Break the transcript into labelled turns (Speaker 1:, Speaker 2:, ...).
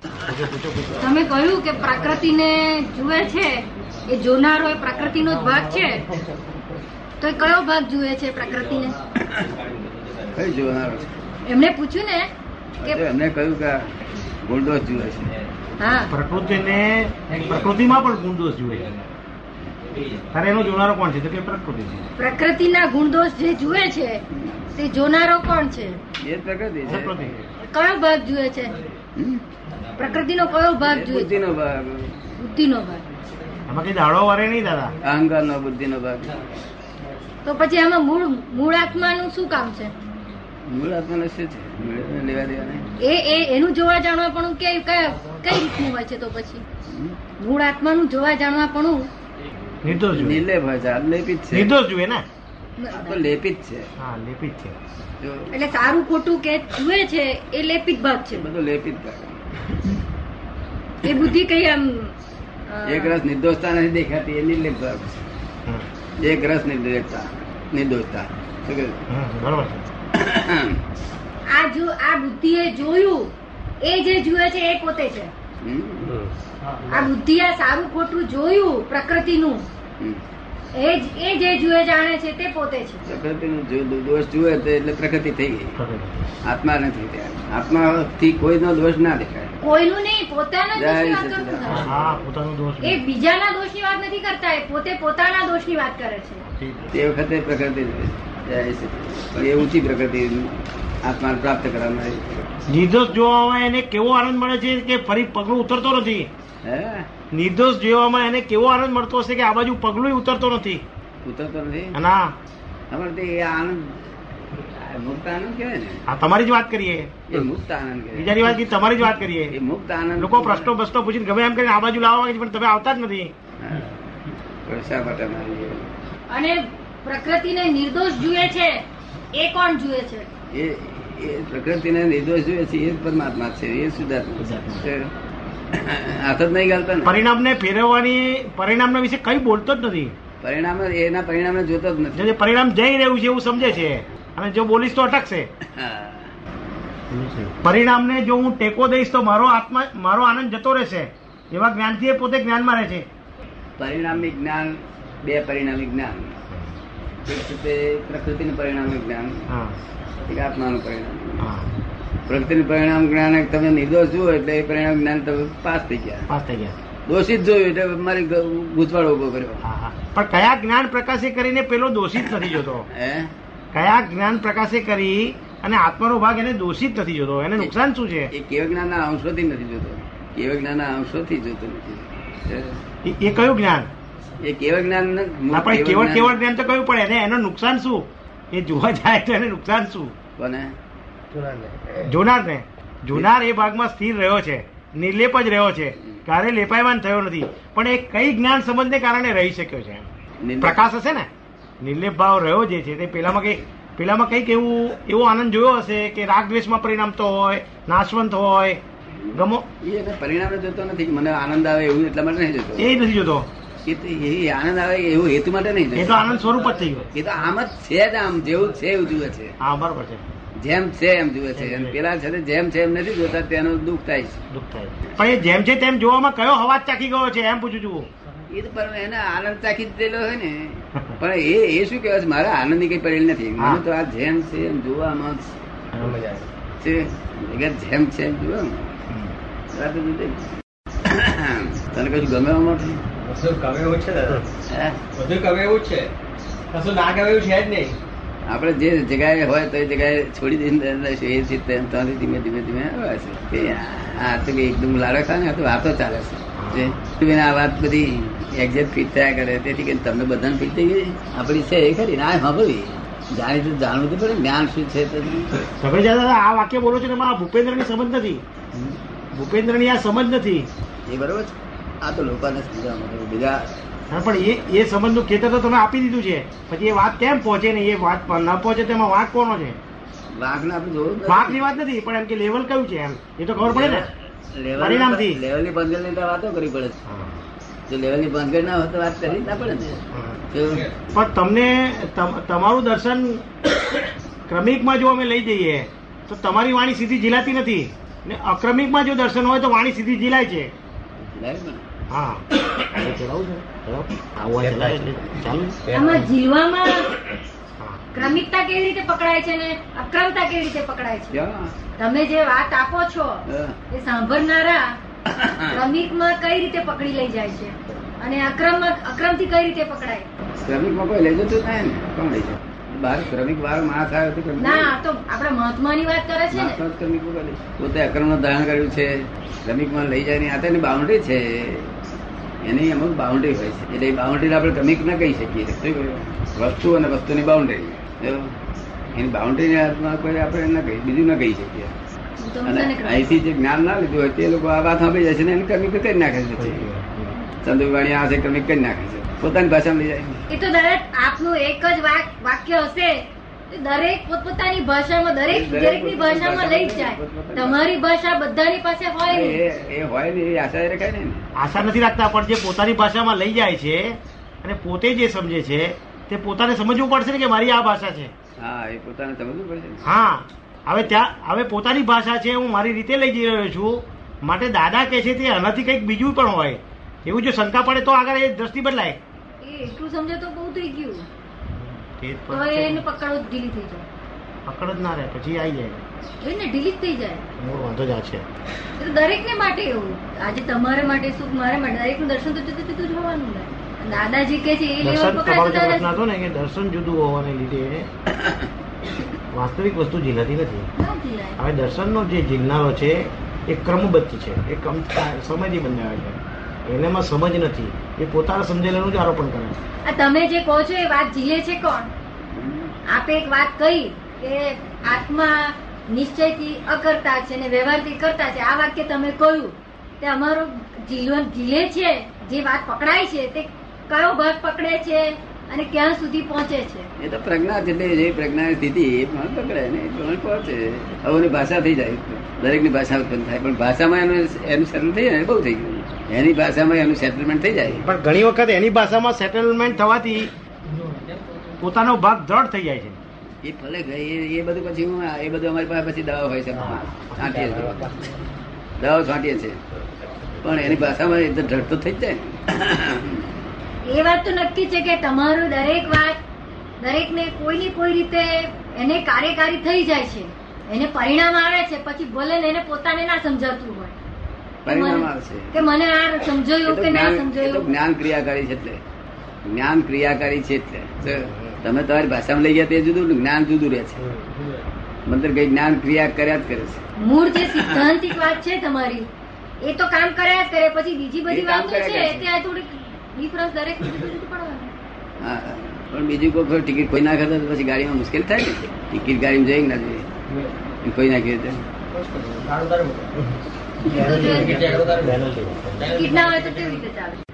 Speaker 1: પૂછો પૂછો પૂછો
Speaker 2: તમે કહ્યું કે પ્રકૃતિને જુએ છે એ જોનારો એ પ્રકૃતિનો જ ભાગ છે તો એ કયો ભાગ જુએ છે પ્રકૃતિને
Speaker 1: કઈ જોનાર
Speaker 2: એમણે પૂછ્યું ને કે
Speaker 1: એટલે એમને કહ્યું કે આ ગુણદોષ જુએ છે
Speaker 2: હા
Speaker 3: પ્રકૃતિને પ્રકૃતિમાં પણ ગુણદોષ જુએ છે તારે એનો જોનારો કોણ છે તો કે પ્રકૃતિ છે
Speaker 2: પ્રકૃતિના ગુણદોષ જે જુએ છે તે જોનારો કોણ છે
Speaker 1: એ જ પ્રકૃતિ છે
Speaker 3: પ્રકૃતિ
Speaker 2: કયો ભાગ જુએ છે
Speaker 1: હમ?
Speaker 2: પ્રકૃતિનો કયો ભાગ
Speaker 1: એ
Speaker 2: જુએ છે
Speaker 1: બુદ્ધિનો ભાગ
Speaker 2: બુદ્ધિનો ભાગ
Speaker 3: એમાં કઈ દાડો વરે નહીં દાદા
Speaker 1: અહંકારનો બુદ્ધિનો ભાગ
Speaker 2: તો પછી આમાં મૂળ મૂળ આત્માનું શું કામ છે
Speaker 1: મૂળ આત્માનો શું છે મૂળ આત્માને લેવા દેવા નહીં.
Speaker 2: એ એ એનું જોવા જાણવા પણ કે કયા કઈ રીતનું હોય છે તો પછી
Speaker 1: હમ?
Speaker 2: મૂળ આત્માનું જોવા જાણવા પણ
Speaker 3: નિર્દોષ જુએ
Speaker 1: નિર્લેપ હોય છે આ લેપી જ છે
Speaker 3: નિર્દોષ જુએ ને
Speaker 1: આ તો લેપી જ છે
Speaker 3: હા લેપી જ છે
Speaker 1: જો
Speaker 2: એટલે સારું ખોટું કે જુએ છે એ લેપિત ભાગ છે
Speaker 1: બધું લેપી જ ભાગ.
Speaker 2: એ બુદ્ધિ કઈ આમ અ,
Speaker 1: એક રસ નિર્દોષતા નથી દેખાતી એ નિર્લેપ ભાગ
Speaker 3: હમ.
Speaker 1: છે એક રસ નિર્લેપતા નિર્દોષતા શું કહ્યું?
Speaker 3: હમ, બરોબર છે
Speaker 2: આ જો આ બુદ્ધિ એ જોયું એ જે જુએ છે એ પોતે છે
Speaker 1: હમ?
Speaker 2: આ બુદ્ધિ આ સારું ખોટું જોયું પ્રકૃતિનું
Speaker 1: હમ.
Speaker 2: એ જ- એ જે જુએ જાણે છે તે પોતે છે
Speaker 1: પ્રકૃતિનું જો દોષ જુએ તો એટલે પ્રકૃતિ થઈ ગઈ
Speaker 3: પ્રકૃતિ.
Speaker 1: આત્મા નથી ત્યાં આત્મા થી કોઈનો દોષ ના દેખાય
Speaker 2: કોઈનું નહીં પોતાના દોષની
Speaker 1: જય
Speaker 2: વાત કરતું
Speaker 1: સચિદાનંદ.
Speaker 2: થાય
Speaker 3: હા પોતાનો દોષ
Speaker 2: એ
Speaker 3: જુએ.
Speaker 2: બીજાના દોષની વાત નથી કરતા એ પોતે પોતાના દોષની વાત કરે છે
Speaker 1: તે વખતે પ્રકૃતિ જુએ. જય સચિદાનંદ. પણ એ ઊંચી પ્રકૃતિ આત્માને પ્રાપ્ત કરનારી
Speaker 3: નિર્દોષ જોવામાં એને કેવો આનંદ મળે છે કે ફરી પગલું ઉતરતો નથી
Speaker 1: હે
Speaker 3: નિર્દોષ જોવામાં એને કેવો આનંદ મળતો હશે કે આ બાજુ પગલું ઉતરતો નથી
Speaker 1: ઉતરતો નથી
Speaker 3: અને આ
Speaker 1: અમારે તે એ આનંદ આ મુક્ત આનંદ કહેવાય ને
Speaker 3: આ તમારી જ વાત કરીએ
Speaker 1: એ મુક્ત આનંદ કહેવાય.
Speaker 3: બીજાની વાત કે તમારી જ વાત કરીએ
Speaker 1: એ મુક્ત આનંદ
Speaker 3: લોકો પ્રશ્નો પ્રશ્નો પૂછીને ગમે એમ કરીને આ બાજુ લાવવા માંગે છે પણ તમે આવતા જ નથી
Speaker 1: હા. પણ શા માટે મારી એ-
Speaker 2: અને પ્રકૃતિને નિર્દોષ જુએ છે એ કોણ જુએ છે
Speaker 1: એ એ પ્રકૃતિને નિર્દોષ જોઈએ છે એ જ પરમાત્મા છે એ શુદ્ધાત્મા છે હાથ જ નહીં ગાલતા ને
Speaker 3: પરિણામને ફેરવવાની પરિણામના વિશે કઈ બોલતો જ નથી
Speaker 1: પરિણામ જ- એના પરિણામને જોતો જ
Speaker 3: જે
Speaker 1: નથી
Speaker 3: જે પરિણામ જઈ રહ્યું છે એવું સમજે છે અને જો બોલીશ તો અટકશે
Speaker 1: હા.
Speaker 3: પરિણામને જો હું ટેકો દઈશ તો મારો આત્મા મારો આનંદ જતો રહેશે એવા જ્ઞાનથી એ પોતે જ્ઞાનમાં રહે છે
Speaker 1: પરિણામી જ્ઞાન બે પરિણામી જ્ઞાન એક છે તે પ્રકૃતિનું પરિણામી જ્ઞાન
Speaker 3: હા,
Speaker 1: એક આત્માનું પરિણામ
Speaker 3: હા.
Speaker 1: પ્રકૃતિનું પરિણામ જ્ઞાન એક તમે નિર્દોષ જુઓ એટલે એ પરિણામ જ્ઞાન તમે પાસ થઈ ગયા
Speaker 3: પાસ થઈ ગયા
Speaker 1: દોષિત જોયું એટલે મારી ગૂંચવાડો ઉભો કર્યો
Speaker 3: હા, હા. પણ કયા જ્ઞાન પ્રકાશે કરીને પેલો દોષિત નથી જોતો
Speaker 1: હે
Speaker 3: કયા જ્ઞાન પ્રકાશે કરી અને આત્માનો ભાગ એને દોષિત નથી જોતો એને નુકસાન શું છે
Speaker 1: એ કેવ જ્ઞાનના અંશોથી નથી જોતો કેવ જ્ઞાનના અંશોથી જોતો નથી
Speaker 3: એ- એ કયું જ્ઞાન
Speaker 1: એ કેવ જ્ઞાન
Speaker 3: આપણે કેવળ કેવળ જ્ઞાન તો કયું પડે એને એનું નુકસાન શું એ જોવા જાય તો એને નુકસાન શું
Speaker 1: કોને
Speaker 3: જોનાર ને જોનાર એ ભાગમાં સ્થિર રહ્યો છે નિર્લેપ જ રહ્યો છે ક્યારે લેપાયમાન થયો નથી પણ એ કઈ જ્ઞાન સંબંધને કારણે રહી શક્યો છે
Speaker 1: નિર્લેપ.
Speaker 3: પ્રકાશ હશે ને નિર્લેપ ભાવ રહ્યો જે છે તે પેલામાં કઈ પેલામાં કઈક એવું એવો આનંદ જોયો હશે કે રાગ દ્વેષમાં પરિણામતો હોય નાશવંત હોય ગમો
Speaker 1: એ એના પરિણામે જોતો નથી કે મને આનંદ આવે એવું એટલા માટે નહીં જોતો
Speaker 3: એ નથી જોતો
Speaker 1: એ તો એ આનંદ આવે એવું હેતુ માટે નહીં
Speaker 3: એ તો આનંદ સ્વરૂપ જ થઈ ગયો
Speaker 1: એ તો આમ જ છે જ આમ જેવું છે એવું જુએ છે
Speaker 3: હા બરોબર છે
Speaker 1: જેમ છે એમ જુએ છે અને પેલા છે તે જેમ છે એમ નથી જોતા તેનું દુઃખ થાય
Speaker 3: દુઃખ થાય પણ એ જેમ છે તેમ જોવામાં કયો હવાજ ચાખી ગયો છે એમ પૂછું છું
Speaker 1: છે એ તો પણ એને આનંદ ચાખી જ દેલો હોય ને પણ એ એ શું કહેવાય છે મારા આનંદની કઈ પડેલ નથી
Speaker 3: હા.
Speaker 1: મને તો આ જેમ છે એમ જોવામાં જ છે જગત જેમ છે એમ જોવા વાત જ નથી. તને કશું ગમે આમાં?
Speaker 4: બધું ગમે એવું છે દાદા
Speaker 1: હે?
Speaker 4: બધું ગમે એવું છે કશું ના ગમે એવું છે જ નહીં
Speaker 1: આપણે જે જગ્યાએ હોય તો એ જગ્યાએ છોડી દઈને અંદર રહીશું. એ રીતે એમ ત્યાંથી ધીમે ધીમે ધીમે આવે છે એ આ તો કે એકદમ લાડો ખા ને આ તો વાતો ચાલે છે જે બેન આ વાત બધી એક્ઝેક્ટ ફિટ થયા કરે તેથી કે તમને બધાને ફિટ થઈ ગઈ આપણી છે એ ખરી ના સાંભળવી જાણી તો જાણવું તો પડે ને. જ્ઞાન શું છે તે.
Speaker 3: તમે જ્યાં દાદા આ વાક્ય બોલો છો ને એમાં આ ભૂપેન્દ્રની સમજ નથી ભૂપેન્દ્રની આ સમજ નથી
Speaker 1: એ બરોબર છે આ તો લોકોને સમજાવવા માટે બીજા
Speaker 3: હા, પણ એ એ સમજનું ખેતર તો તમે આપી દીધું છે પછી એ વાત કેમ પહોંચે ને એ વાત પણ ન પહોંચે તેમાં વાંક કોનો છે
Speaker 1: વાંકને આપણે જોવું જ
Speaker 3: વાંકની
Speaker 1: નથી.
Speaker 3: વાત નથી પણ એમ કે લેવલ કયું છે એમ એ તો ખબર પડે ને
Speaker 1: લેવલ-
Speaker 3: પરિણામથી.
Speaker 1: લેવલની બંધેલની તો વાતો કરવી પડે છે. જો લેવલની બંધેલ ના હોય તો વાત કરી જ ના પડે ને જો
Speaker 3: પણ તમને તમ- તમારું દર્શન ક્રમિકમાં જો અમે લઈ જઈએ તો તમારી વાણી સીધી ઝીલાતી નથી ને અક્રમિકમાં જો દર્શન હોય તો વાણી સીધી જીલાય છે
Speaker 1: બરાબર ને?
Speaker 3: હા
Speaker 5: હવે ચલાવું છે ચલાવો. આવું આ ચલાવે એટલે ચાલુ ને?
Speaker 2: આમાં જીવવામાં
Speaker 3: હા.
Speaker 2: ક્રમિકતા કેવી રીતે પકડાય છે ને અક્રમતા કેવી રીતે પકડાય છે
Speaker 1: જો.
Speaker 2: તમે જે વાત આપો છો
Speaker 1: હા.
Speaker 2: એ સાંભળનારા ક્રમિકમાં કઈ રીતે પકડી લઈ જાય છે અને અક્રમમાં અક્રમથી કઈ રીતે પકડાય
Speaker 1: શ્રમિકમાં કોઈ લઈ જતું જ નહીં ને કોણ લઈ જાય? બહાર શ્રમિક વાળો માણસ આવ્યો તો શ્રમિક
Speaker 2: ના આ તો આપણા મહાત્માની વાત કરે છે ને
Speaker 1: માણસો જ શ્રમિકો કરે. પોતે અક્રમ નું ધારણ કર્યું છે શ્રમિકમાં લઈ જાય ની આ તો એની બાઉન્ડ્રી છે એની અમુક બાઉન્ડ્રી હોય છે એટલે એ બાઉન્ડ્રી આપણે શ્રમિક ના કહી શકીએ શું કહ્યું? વસ્તુ અને વસ્તુની બાઉન્ડ્રી એની બાઉન્ડ્રીની હાથમાં કોઈ આપણે ના કહી બીજું ના કહી શકીએ
Speaker 2: હું તો
Speaker 1: અને
Speaker 2: સમજાને કહું.
Speaker 1: અહીંથી જે જ્ઞાન ના લીધું હોય તે લોકો આ વાત સાંભળી જાય છે ને એને ક્રમિક કરી નાખે છે પછી. ચંદુભાઈ આ છે ક્રમિક કરી નાખે છે પોતાની ભાષામાં લઈ જાય
Speaker 2: એ તો દરેક આપનું એક જ વાક- વાક્ય હશે એ દરેક પોતપોતાની ભાષામાં દરેક
Speaker 1: દરેક
Speaker 2: દરેકની ભાષામાં લઈ જ જાય
Speaker 1: પોતપોતાની
Speaker 2: તમારી ભાષા બધાની પાસે હોય નહીં.
Speaker 1: એ- એ હોય ને એ આશા એ રખાય ને
Speaker 3: આશા નથી રાખતા પણ જે પોતાની ભાષામાં લઈ જાય છે અને પોતે જે સમજે છે તે પોતાને સમજવું પડશે ને કે મારી આ ભાષા છે
Speaker 1: હા એ પોતાને સમજવું પડશે ને.
Speaker 3: હા હવે ત્યાં હવે પોતાની ભાષા છે હું મારી રીતે લઈ જઈ રહ્યો છું માટે દાદા કહે છે તે આનાથી કંઈક બીજું પણ હોય એવું જો શંકા પડે તો આગળ એ દ્રષ્ટિ બદલાય
Speaker 2: એ એટલું સમજો તો બહુ થઈ ગયું તો
Speaker 3: એ તો છે.
Speaker 2: એને પકડો જ ઢીલી થઈ જાય
Speaker 3: પકડ જ ના રહે પછી આવી જાય
Speaker 2: જોઈને ઢીલી જ થઈ જાય
Speaker 3: મૂળ વાંધો જ આ છે
Speaker 2: એ તો દરેકને માટે એવું આજે તમારે માટે સુખ મારે માટે દરેકનું દર્શન તો જુદું જુદું જ હોવાનું ને દાદાજી કે છે એ લેવલ
Speaker 3: દર્શન તમારો
Speaker 2: પકડાય તો
Speaker 3: જે પ્રશ્ન
Speaker 2: દાદા
Speaker 3: હતો ને કે દર્શન જુદું હોવાને લીધે વાસ્તવિક વસ્તુ ઝીલાતી નથી
Speaker 2: ના જીલાય.
Speaker 3: હવે દર્શનનો જે જીજ્ઞાસો છે એ ક્રમબદ્ધ છે એ ક્રમ સમજી બંધાવે છે એનામાં સમજ નથી એ પોતાના સમજેલાનું જ આરોપણ કરે છે
Speaker 2: આ તમે જે કહો છો એ વાત જીલે છે કોણ આપે એક વાત કહી કે આત્મા નિશ્ચયથી અકર્તા છે ને વ્યવહારથી કરતા છે આ વાક્ય તમે કહ્યું તે અમારો જીલન જીલે છે જે વાત પકડાય છે તે કયો ભાગ પકડે છે અને ક્યાં સુધી પહોંચે છે
Speaker 1: એ તો પ્રજ્ઞા છે એટલે જે પ્રજ્ઞાની સ્થિતિ એ પણ પકડાય ને એ પણ પહોંચે હવે ભાષા થઈ જાય દરેકની ભાષા ઉત્પન્ન થાય પણ ભાષામાં એનું એનું સેટલ થઈ જાય ને બહુ થઈ ગયું એની ભાષામાં એનું સેટલમેન્ટ થઈ જાય
Speaker 3: પણ ઘણી વખત એની ભાષામાં સેટલમેન્ટ થવાથી પોતાનો ભાગ દ્રઢ થઈ જાય છે
Speaker 1: એ ફલે ગઈ એ- એ બધું પછી હું એ બધું અમારી પાસે પછી દવા હોય છે છાંટીએ છે દવાઓ છાંટીએ છે પણ એની ભાષામાં એ તો ઢળ તો થઈ જ જાય ને.
Speaker 2: એ વાત તો નક્કી છે કે તમારું દરેક વાત દરેકને કોઈ ને કોઈ રીતે એને કાર્યકારી થઈ જાય છે એને પરિણામ આવે છે પછી ભલે ને એને પોતાને ના સમજાતું હોય
Speaker 1: પરિણામ આવશે
Speaker 2: કે મને આ
Speaker 1: એ
Speaker 2: સમજાયું
Speaker 1: તો
Speaker 2: કે ના
Speaker 1: જ્ઞાન- એ તો
Speaker 2: સમજાયું
Speaker 1: જ્ઞાન ક્રિયાકારી છે એટલે જ્ઞાન ક્રિયાકારી છે એટલે જો તમે તમારી ભાષામાં લઈ ગયા તે જુદું ને જ્ઞાન જુદું રહે છે મંત્ર કઈ જ્ઞાન ક્રિયા કર્યા જ કરે છે
Speaker 2: મૂળ જે સિદ્ધાંતિક વાત છે તમારી એ તો કામ કર્યા જ કરે પછી બીજી બધી
Speaker 1: એ કામ
Speaker 2: વાતો
Speaker 1: કર્યા
Speaker 2: છે
Speaker 1: કરે.
Speaker 2: ત્યાં થોડીક ડિફરન્સ દરેક જુદી જુદી પડવાની.
Speaker 1: હા પણ બીજું કોઈ કોઈ ટિકિટ ખોઈ નાખે તો પછી ગાડીમાં મુશ્કેલ થાય ને ટિકિટ ગાડીમાં જઈ ના જોઈએ ખોઈ નાખી તો
Speaker 2: કીધું છે,
Speaker 5: બેનર જેવું.
Speaker 2: કીધના હોય તો કેવી રીતે ચાલે